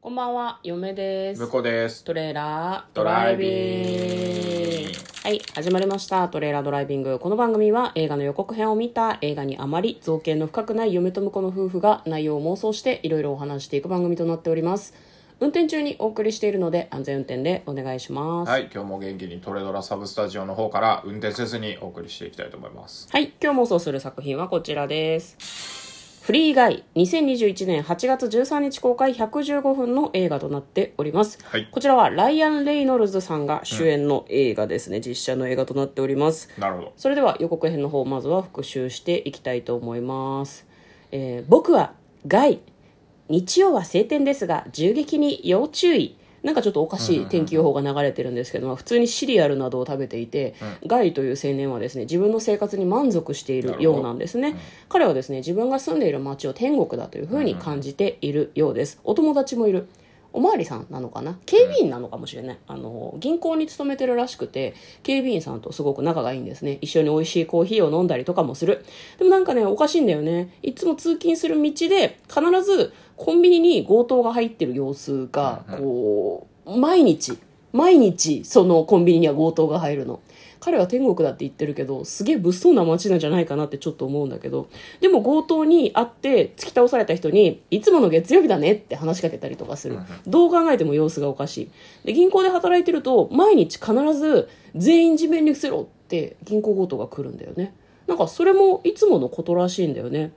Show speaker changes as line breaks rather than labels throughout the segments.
こんばんは、嫁です
向。こうです。
トレーラード
ド
ラ
ラ
イ
イ
ビ
ビ
ン
ン
グ。はい、始まりました。トレーラードライビング。この番組は映画の予告編を見た映画にあまり造形の深くない嫁と婿の夫婦が内容を妄想していろいろお話していく番組となっております。運転中にお送りしているので安全運転でお願いします。は、
はいい、今日も元気にトレドラサブスタジオの方から運転せずにお送りしていきたいと思います。
今日妄想する作品はこちらです。フリーガイ2021年8月13日公開115分の映画となっております、
はい
こちらはライアン・レイノルズさんが主演の映画ですね、実写の映画となっております
なるほど。
それでは予告編の方まずは復習していきたいと思います、えー僕はガイ日曜は晴天ですが銃撃に要注意なんかちょっとおかしい天気予報が流れてるんですけど、まあ普通にシリアルなどを食べていて、ガイという青年はですね自分の生活に満足しているようなんですね、彼はですね自分が住んでいる町を天国だというふうに感じているようですお友達もいるおまわりさんなのかな警備員なのかもしれない、あの銀行に勤めてるらしくて警備員さんとすごく仲がいいんですね一緒に美味しいコーヒーを飲んだりとかもするでもなんかねおかしいんだよねいつも通勤する道で必ずコンビニに強盗が入ってる様子がこう毎日毎日そのコンビニには強盗が入るの彼は天国だって言ってるけどすげえ物騒な街なんじゃないかなってちょっと思うんだけどでも強盗に会って突き倒された人に「いつもの月曜日だね」って話しかけたりとかするどう考えても様子がおかしいで銀行で働いてると毎日必ず全員地面に伏せろって銀行強盗が来るんだよねなんかそれもいつものことらしいんだよね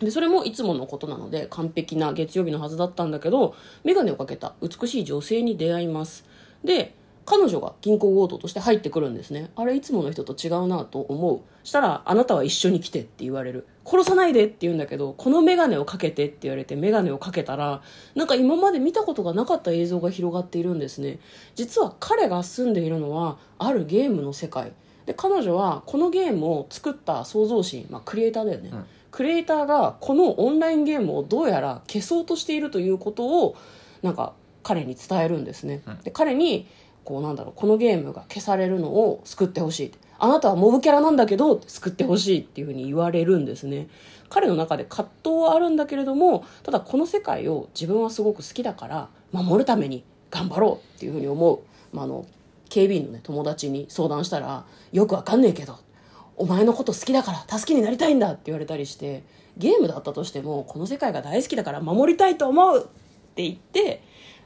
でそれもいつものことなので完璧な月曜日のはずだったんだけど眼鏡をかけた美しい女性に出会いますで彼女が銀行強盗として入ってくるんですねあれいつもの人と違うなと思うしたら「あなたは一緒に来て」って言われる「殺さないで」って言うんだけど「この眼鏡をかけて」って言われて眼鏡をかけたらなんか今まで見たことがなかった映像が広がっているんですね実は彼が住んでいるのはあるゲームの世界で彼女はこのゲームを作った創造神、まあ、クリエイターだよね、
うん
クリエイターがこのオンラインゲームをどうやら消そうとしているということをなんか彼に伝えるんですね、
うん
で彼にこうなんだろうこのゲームが消されるのを救ってほしいってあなたはモブキャラなんだけど救ってほしいっていうふうに言われるんですね彼の中で葛藤はあるんだけれどもただこの世界を自分はすごく好きだから守るために頑張ろうっていうふうに思う、まあ、あの警備員の、ね、友達に相談したらよくわかんねえけどお前のこと好きだから助けになりたいんだって言われたりしてゲームだったとしてもこの世界が大好きだから守りたいと思うって言って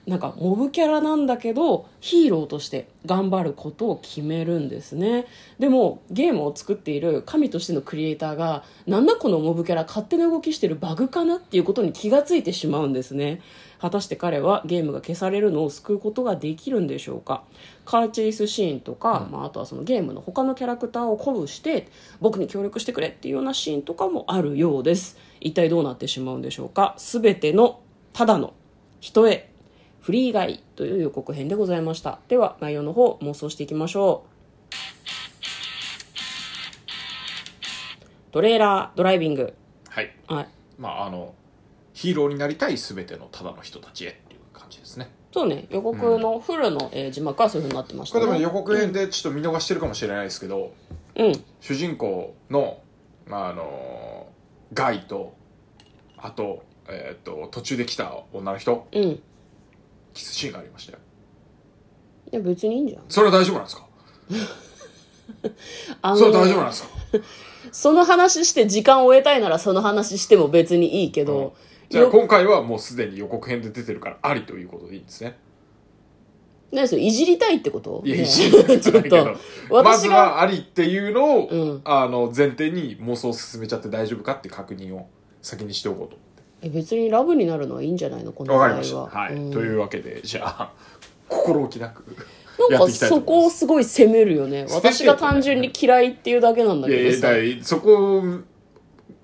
なんかモブキャラなんだけどヒーローとして頑張ることを決めるんですねでもゲームを作っている神としてのクリエイターがなんだこのモブキャラ勝手な動きしてるバグかなっていうことに気がついてしまうんですね果たして彼はゲームが消されるのを救うことができるんでしょうかカーチェイスシーンとか、まあ、あとはそのゲームの他のキャラクターを鼓舞して僕に協力してくれっていうようなシーンとかもあるようです一体どうなってしまうんでしょうか全てのただの人へフリー以外という予告編でございましたでは内容の方妄想していきましょうトレーラードライビング
はい。
はい
まあ、あの、ヒーローになりたいすべてのただの人たちへっていう感じですね。
そうね予告のフルの、えー字幕はそういうふうになってまし
こ
た
れでも
ね
予告編でちょっと見逃してるかもしれないですけど、
うん
主人公の、まあ、あの、ガイと、あと、えーっと、途中で来た女の人、
うんい
キスシーンがありましたよ。
や別にいいんじゃん
それは大丈夫なんですか
あの
それは大丈夫なんですか
その話して時間を終えたいならその話しても別にいいけど、
じゃあ
よ
今回はもうすでに予告編で出てるからありということでいいんですね。
何それいじりたいってこと
いや、
ねえ
いじりたい
ち
じゃ
ょ
な
っ
いけ
と。
どま
私
ず
が、
はありっていうのを、
うん
あの、前提に妄想を進めちゃって大丈夫かって確認を先にしておこうと思
え別にラブになるのはいいんじゃないのこ
って。
の
わ
場合
か
は
りました。はい。
うん
というわけで、じゃあ、心置きなく。
な
や
んか
っていきたいと
そ
思い
こ
ま
をすごい責めるよね
捨てて
私が単純に嫌いっていうだけなんだ
いや
け
い
ど
や、だ
さ
いそこ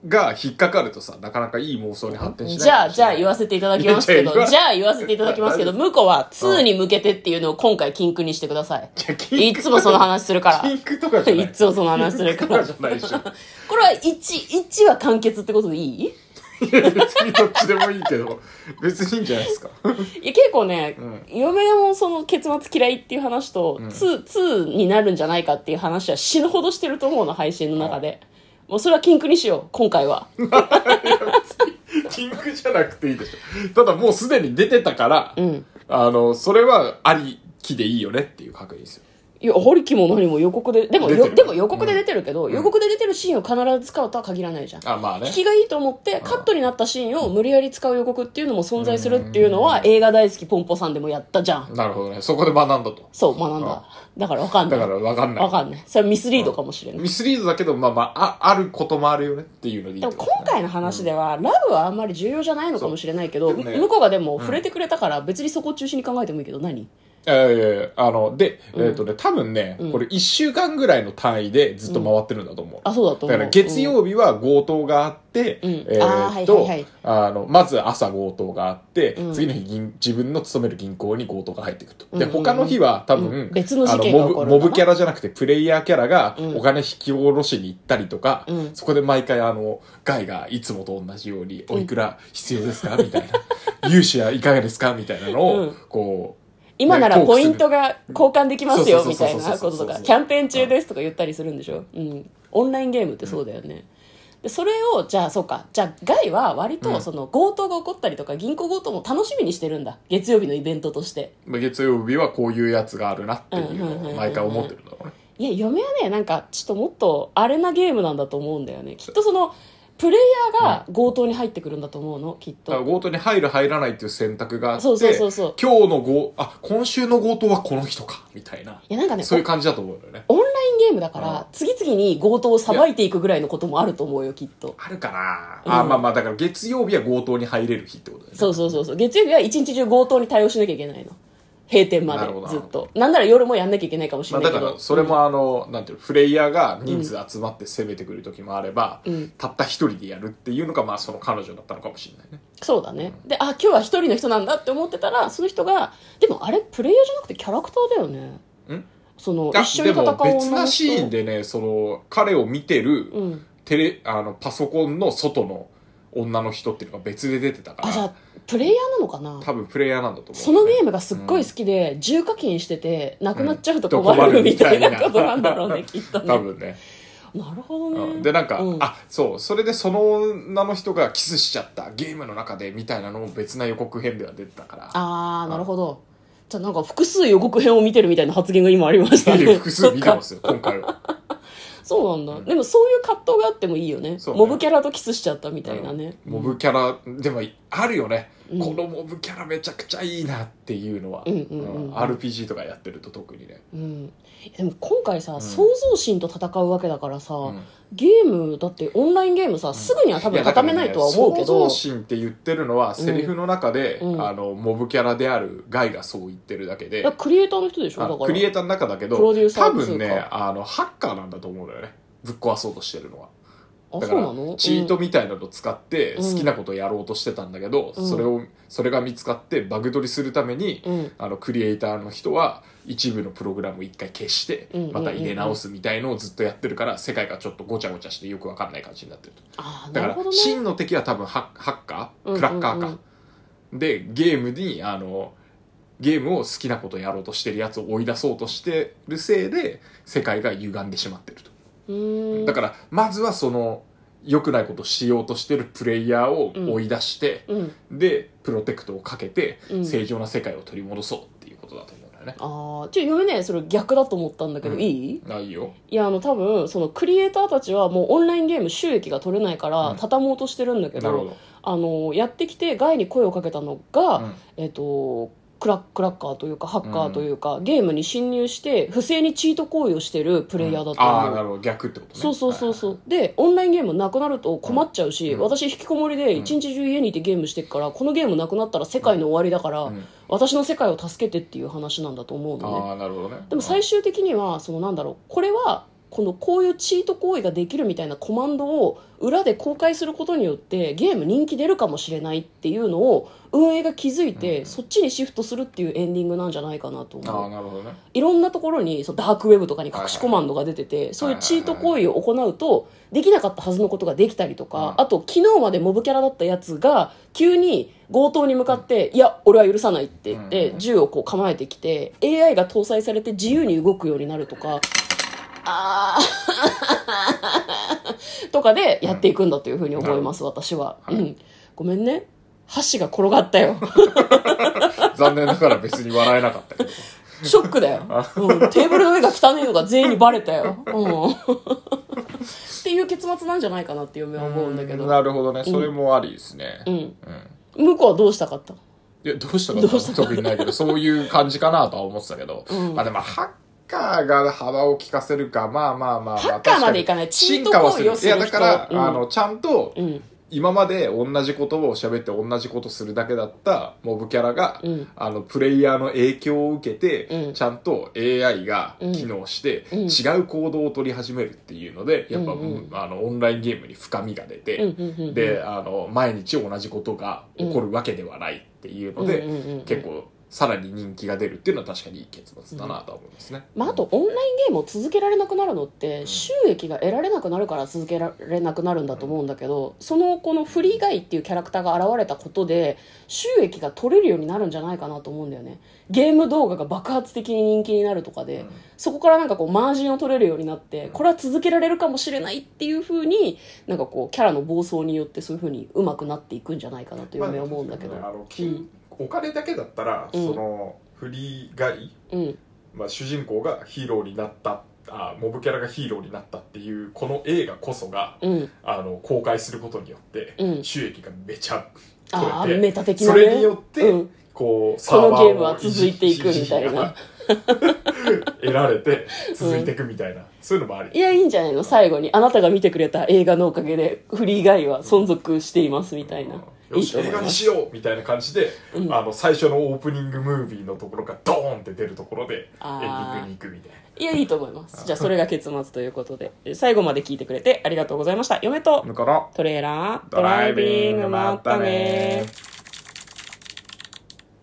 が引っかかるとさ、なかなかいい妄想に発展しない。
じゃあ、じゃあ言わせていただきますけど
いやい、や
じゃあ言わせていただきますけど、
い
向こうは2に向けてっていうのを今回禁句にしてください。
せて
いつもその話するから。
ピンクとかじゃない。
いつもその話するから
ピンクとかじゃないでしょ。
これは1、1は完結ってことでいい
別にどっちでもいいけど、別にいいんじゃないですか。
いや結構ね、
うん
嫁がもうその結末嫌いっていう話と、2、2になるんじゃないかっていう話は死ぬほどしてると思うの、配信の中で。もうそれは禁句にしよう、今回は。
キングじゃなくていいでしょ。ただもうすでに出てたから、あの、それはありきでいいよねっていう確認ですよ。
いやホリキも何も予告ででも
出て
よ
る
でも予告で出てるけど、予告で出てるシーンを必ず使うとは限らないじゃん
あ、まあね
引。きがいいと思ってカットになったシーンを無理やり使う予告っていうのも存在するっていうのは映画大好きポンポさんでもやったじゃん
なるほどね。そこで学んだと。
そう学んだだから分かんな
だ
い
からわかんない。
分かんないそれはミスリードかもしれない
ミスリードだけど、まあまあ、ああることもあるよねっていうのでいい
で
と
も
思
今
うね
回の話では、ラブはあんまり重要じゃないのかもしれないけど、
そうでもね
向こうがでも触れてくれたから別にそこを中心に考えてもいいけど何
ええあの、で、えっ、とね、多分ね、これ1週間ぐらいの単位でずっと回ってるんだと思う。
あそうだと
だ
思
か
う
ら月曜日は強盗があって、
ん
え
あー
ーっと、
はいはいはい
あの、まず朝強盗があって、次の日銀、自分の勤める銀行に強盗が入ってくると。で、
うんうんうん
他の日は多分、
うん別の事件
あ
が
の
起
モ
こ
ブ、
る
モ
のかな
ブキャラじゃなくてプレイヤーキャラが
うん
お金引き下ろしに行ったりとか、
うん
そこで毎回あの、ガイがいつもと同じように、おいくら必要ですかみたいな。融資はいかがですかみたいなのを、
うん
こう、
今なら
ねトー
ポ
クす
イ
る
ントが交換できますよ
そう
み
そう
た
そ
いう
そうそう
なこととか
そうそうそうそう
キャンペーン中ですとか言ったりするんでしょ、うん、オンラインゲームってそうだよね、でそれをじゃあそうかじゃあガイは割
う
と
ん
その強盗が起こったりとか銀行強盗も楽しみにしてるんだ月曜日のイベントとして
まあ月曜日はこういうやつがあるなっていう
うんうんうんう
の
んう
を
ん
毎回思ってるんだろうね。
いや嫁はねなんかちょっともっとアレなゲームなんだと思うんだよねきっとそのプレイヤーが強盗に入ってくるんだと思うのきっ
だから
と
強盗に入る入らないっていう選択があって、
そうそうそうそう
今日の強、あ、今週の強盗はこの人か、みたいな。
いやなんかね
そういう感じだと思うのよね。
オンラインゲームだか
うん
ら次々に強盗をさばいていくぐらいのこともあると思うよきっと
あるかな、
うん
あ、まあまあ、だから月曜日は強盗に入れる日ってことだよね。
そうそうそうそう月曜日は一日中強盗に対応しなきゃいけないの閉店ま
なるほど
で
な
ずっとなんなら夜もやんなきゃいけないかもし
ま
れ
あ、
な
だ
いけ
か
ど、
ら、それもあの、なんていうの、プレイヤーが人数集まって攻めてくる時もあれば、
うん
たった一人でやるっていうのが、まあ、その彼女だったのかもしれないね。
そうだねであ今日は一人の人なんだって思ってたらその人がでもあれプレイヤーじゃなくてキャラクターだよね
ん
その
あ
一緒に戦う
でも別
女の
なシー
人
ンでね、その、彼を見てる、
うん
テレ、あの、パソコンの外の女の人っていうのが別で出てたか
あじゃ
ら
あ、プレイヤーなのかな
多分プレイヤーなんだと思う、
そのゲー
ム
ムがすっごい好きで、重課金しててなくなっちゃうと
うん
困
困る
るみ
みた
た
い
い
な
なことなんだろう ねきっとね
多分ね。
なるほど
う
ね
んで、なんか、
う
あ、そう、それでその女の人がキスしちゃったゲームの中でみたいなのも別な予告編では出てたから。
あーなるほどじゃあなんか複数予告編を見てるみたいな発言が今ありました
い
ね
や複数見てますよ、今回は。
そうなんだ、
うん
でもそういう葛藤があってもいいよね
そうね
モブキャラとキスしちゃったみたいなね、
うんモブキャラ、でもあるよね、
うん
このモブキャラめちゃくちゃいいなっていうのは、
うんうんうん
うん RPG とかやってると特にね。
うん、でも今回さ、
ん
創造心と戦うわけだからさ、
うん
ゲームだってオンラインゲームさすぐには多
い
分
やだから
畳め
ね
ないとは思うけど、
創造心って言ってるのは、セリフの中で、
うん
あの、モブキャラであるガイがそう言ってるだけ
い
で、
やクリエイターの人でしょ
あ
だから
クリエイターの中だけど、
プロデューサーっつ
多
うか
分ね、あの、ハッカーなんだと思うのよね。ぶっ壊そうとしてるのは。
あ
だ
そ
か
う
ら
なの、
チートみたいなの使って、
うん
好きなことやろうとしてたんだけど、
うん
それを、それが見つかって、バグ取りするために、
うん、うん
あの、クリエイターの人は、一部のプログラムを一回消して
うんうんうんう、ん
また入れ直すみたいのをずっとやってるから、世界がちょっとごちゃごちゃしてよくわかんない感じになってると。
ああ
だ
なる
から
ほど、ね
真の敵は多分ハッハッカ
うん
ー
うんうん
クラッカーか。で、ゲームに、あの、ゲームを好きなことやろうとしてるやつを追い出そうとしてるせいで、世界が歪んでしまってると。
うーん
だから、まずはその、良くないことをしようとしてるプレイヤーを追い出して、
うん
で、プロテクトをかけて、
うん
正常な世界を取り戻そうっていうことだと思うんだよね。
ああちょ嫁ねそれ逆だと思ったんだけど、
うん
いい
あ、いいよ。
いやあの多分そのクリエイターたちはもうオンラインゲーム収益が取れないか
う
ら
ん
畳もうとしてるんだけ
な
ど,、
るほど。
あのやってきて外に声をかけたのが、
うん
えっ、とクラックラッカーというかハッカーというか、ゲームに侵入して不正にチート行為をしてるプレイヤーだと
あ
思
あ、
う、
なるほど。逆ってことね。
そうそうそうそうでオンラインゲームなくなると困っちゃうし、
うん
私引きこもりで一日中家にいてゲームしてっから、このゲームなくなったら世界の終わりだから、
うん
私の世界を助けてっていう話なんだと思うのね
ああ、なるほどね。
でも最終的にはそのなんだろうこれはこのこういうチート行為ができるみたいなコマンドを裏で公開することによってゲーム人気出るかもしれないっていうのを運営が気づい
うん
てそっちにシフトするっていうエンディングなんじゃないかなと
あ
思
あ、
う
なるほどね。
いろんなところにそうダークウェブとかに隠しコマンドが出ててそういうチート行為を行うとできなかったはずのことができたりとか
うん
あと昨日までモブキャラだったやつが急に強盗に向かって「いや俺は許さない」って言っ
う
て
ん
銃をこう構えてきて AI が搭載されて自由に動くようになるとかあ ーとかでやっていくんだというふうに思います私は。
はい
うんごめんね箸が転がったよ
残念ながら別に笑えなかったけど
ショックだよ、うん、テーブルの上が汚いのが全員にバレたよ、 うん、っていう結末なんじゃないかなって嫁は思うんだけど
なるほどねそれもありですね
うん
うん
向こうはどうしたかった
いやどうしたか
どうしたか
特にないけどそういう感じかなとは思ってたけど、
うん
まあでもハッカーが幅を利かせるかまあまあまあ
ハッカーまでいかないチ
進
ート
化は
行
す
為
る
をす
い
る
や
人
だから、
うん
あのちゃんと
うん
今まで同じ言葉を喋って同じことするだけだったモブキャラが、
うん
あのプレイヤーの影響を受けて、
うん
ちゃんと AI が機能して、
うん
違う行動を取り始めるっていうのでやっぱ、
うんうん
あのオンラインゲームに深みが出て、
うんうんうんうん
であの毎日同じことが起こるわけではないっていうので、
うんうんうんうん
結構さらに人気が出るっていうのは確かにいい結末だなとは思いますね。
まあ、あとオンラインゲームを続けられなくなるのって収益が得られなくなるから続けられなくなるんだと思うんだけどそのこのフリーガイっていうキャラクターが現れたことで収益が取れるようになるんじゃないかなと思うんだよねゲーム動画が爆発的に人気になるとかで、
うん
そこからなんかこうマージンを取れるようになってこれは続けられるかもしれないっていうふうになんかこうキャラの暴走によってそういうふうにうまくなっていくんじゃないかなと嫁は思うんだけど、
まああの金お金だけだったら、
うん
そのフリーガイ、
うん
まあ、主人公がヒーローになったあモブキャラがヒーローになったっていうこの映画こそが
うん
あの公開することによって、
うん
収益がめちゃ
ああ
取れ
メ
て
タ的
そ
な、ね、
れによって、
うん
こうサ
こ
ー
の
バ
ゲ
ー
ームは続いていくみたいな
得られて続いていくみたいな、そういうのもあり
いやいいんじゃないの最後にあなたが見てくれた映画のおかげでフリー以外は存続していますみたいな、
うんよ
いい
し
と思
映
い
画
ま
に
す
しようみたいな感じで、
うん
あの最初のオープニングムービーのところがドーンって出るところでエンデ
あ
ィン
ー
グに行くみたいない
やいいと思いますじゃあそれが結末ということでえ最後まで聞いてくれてありがとうございました嫁と
だから
トレーラード
ドライビング
ま
ま
っ
ったた
ね
ね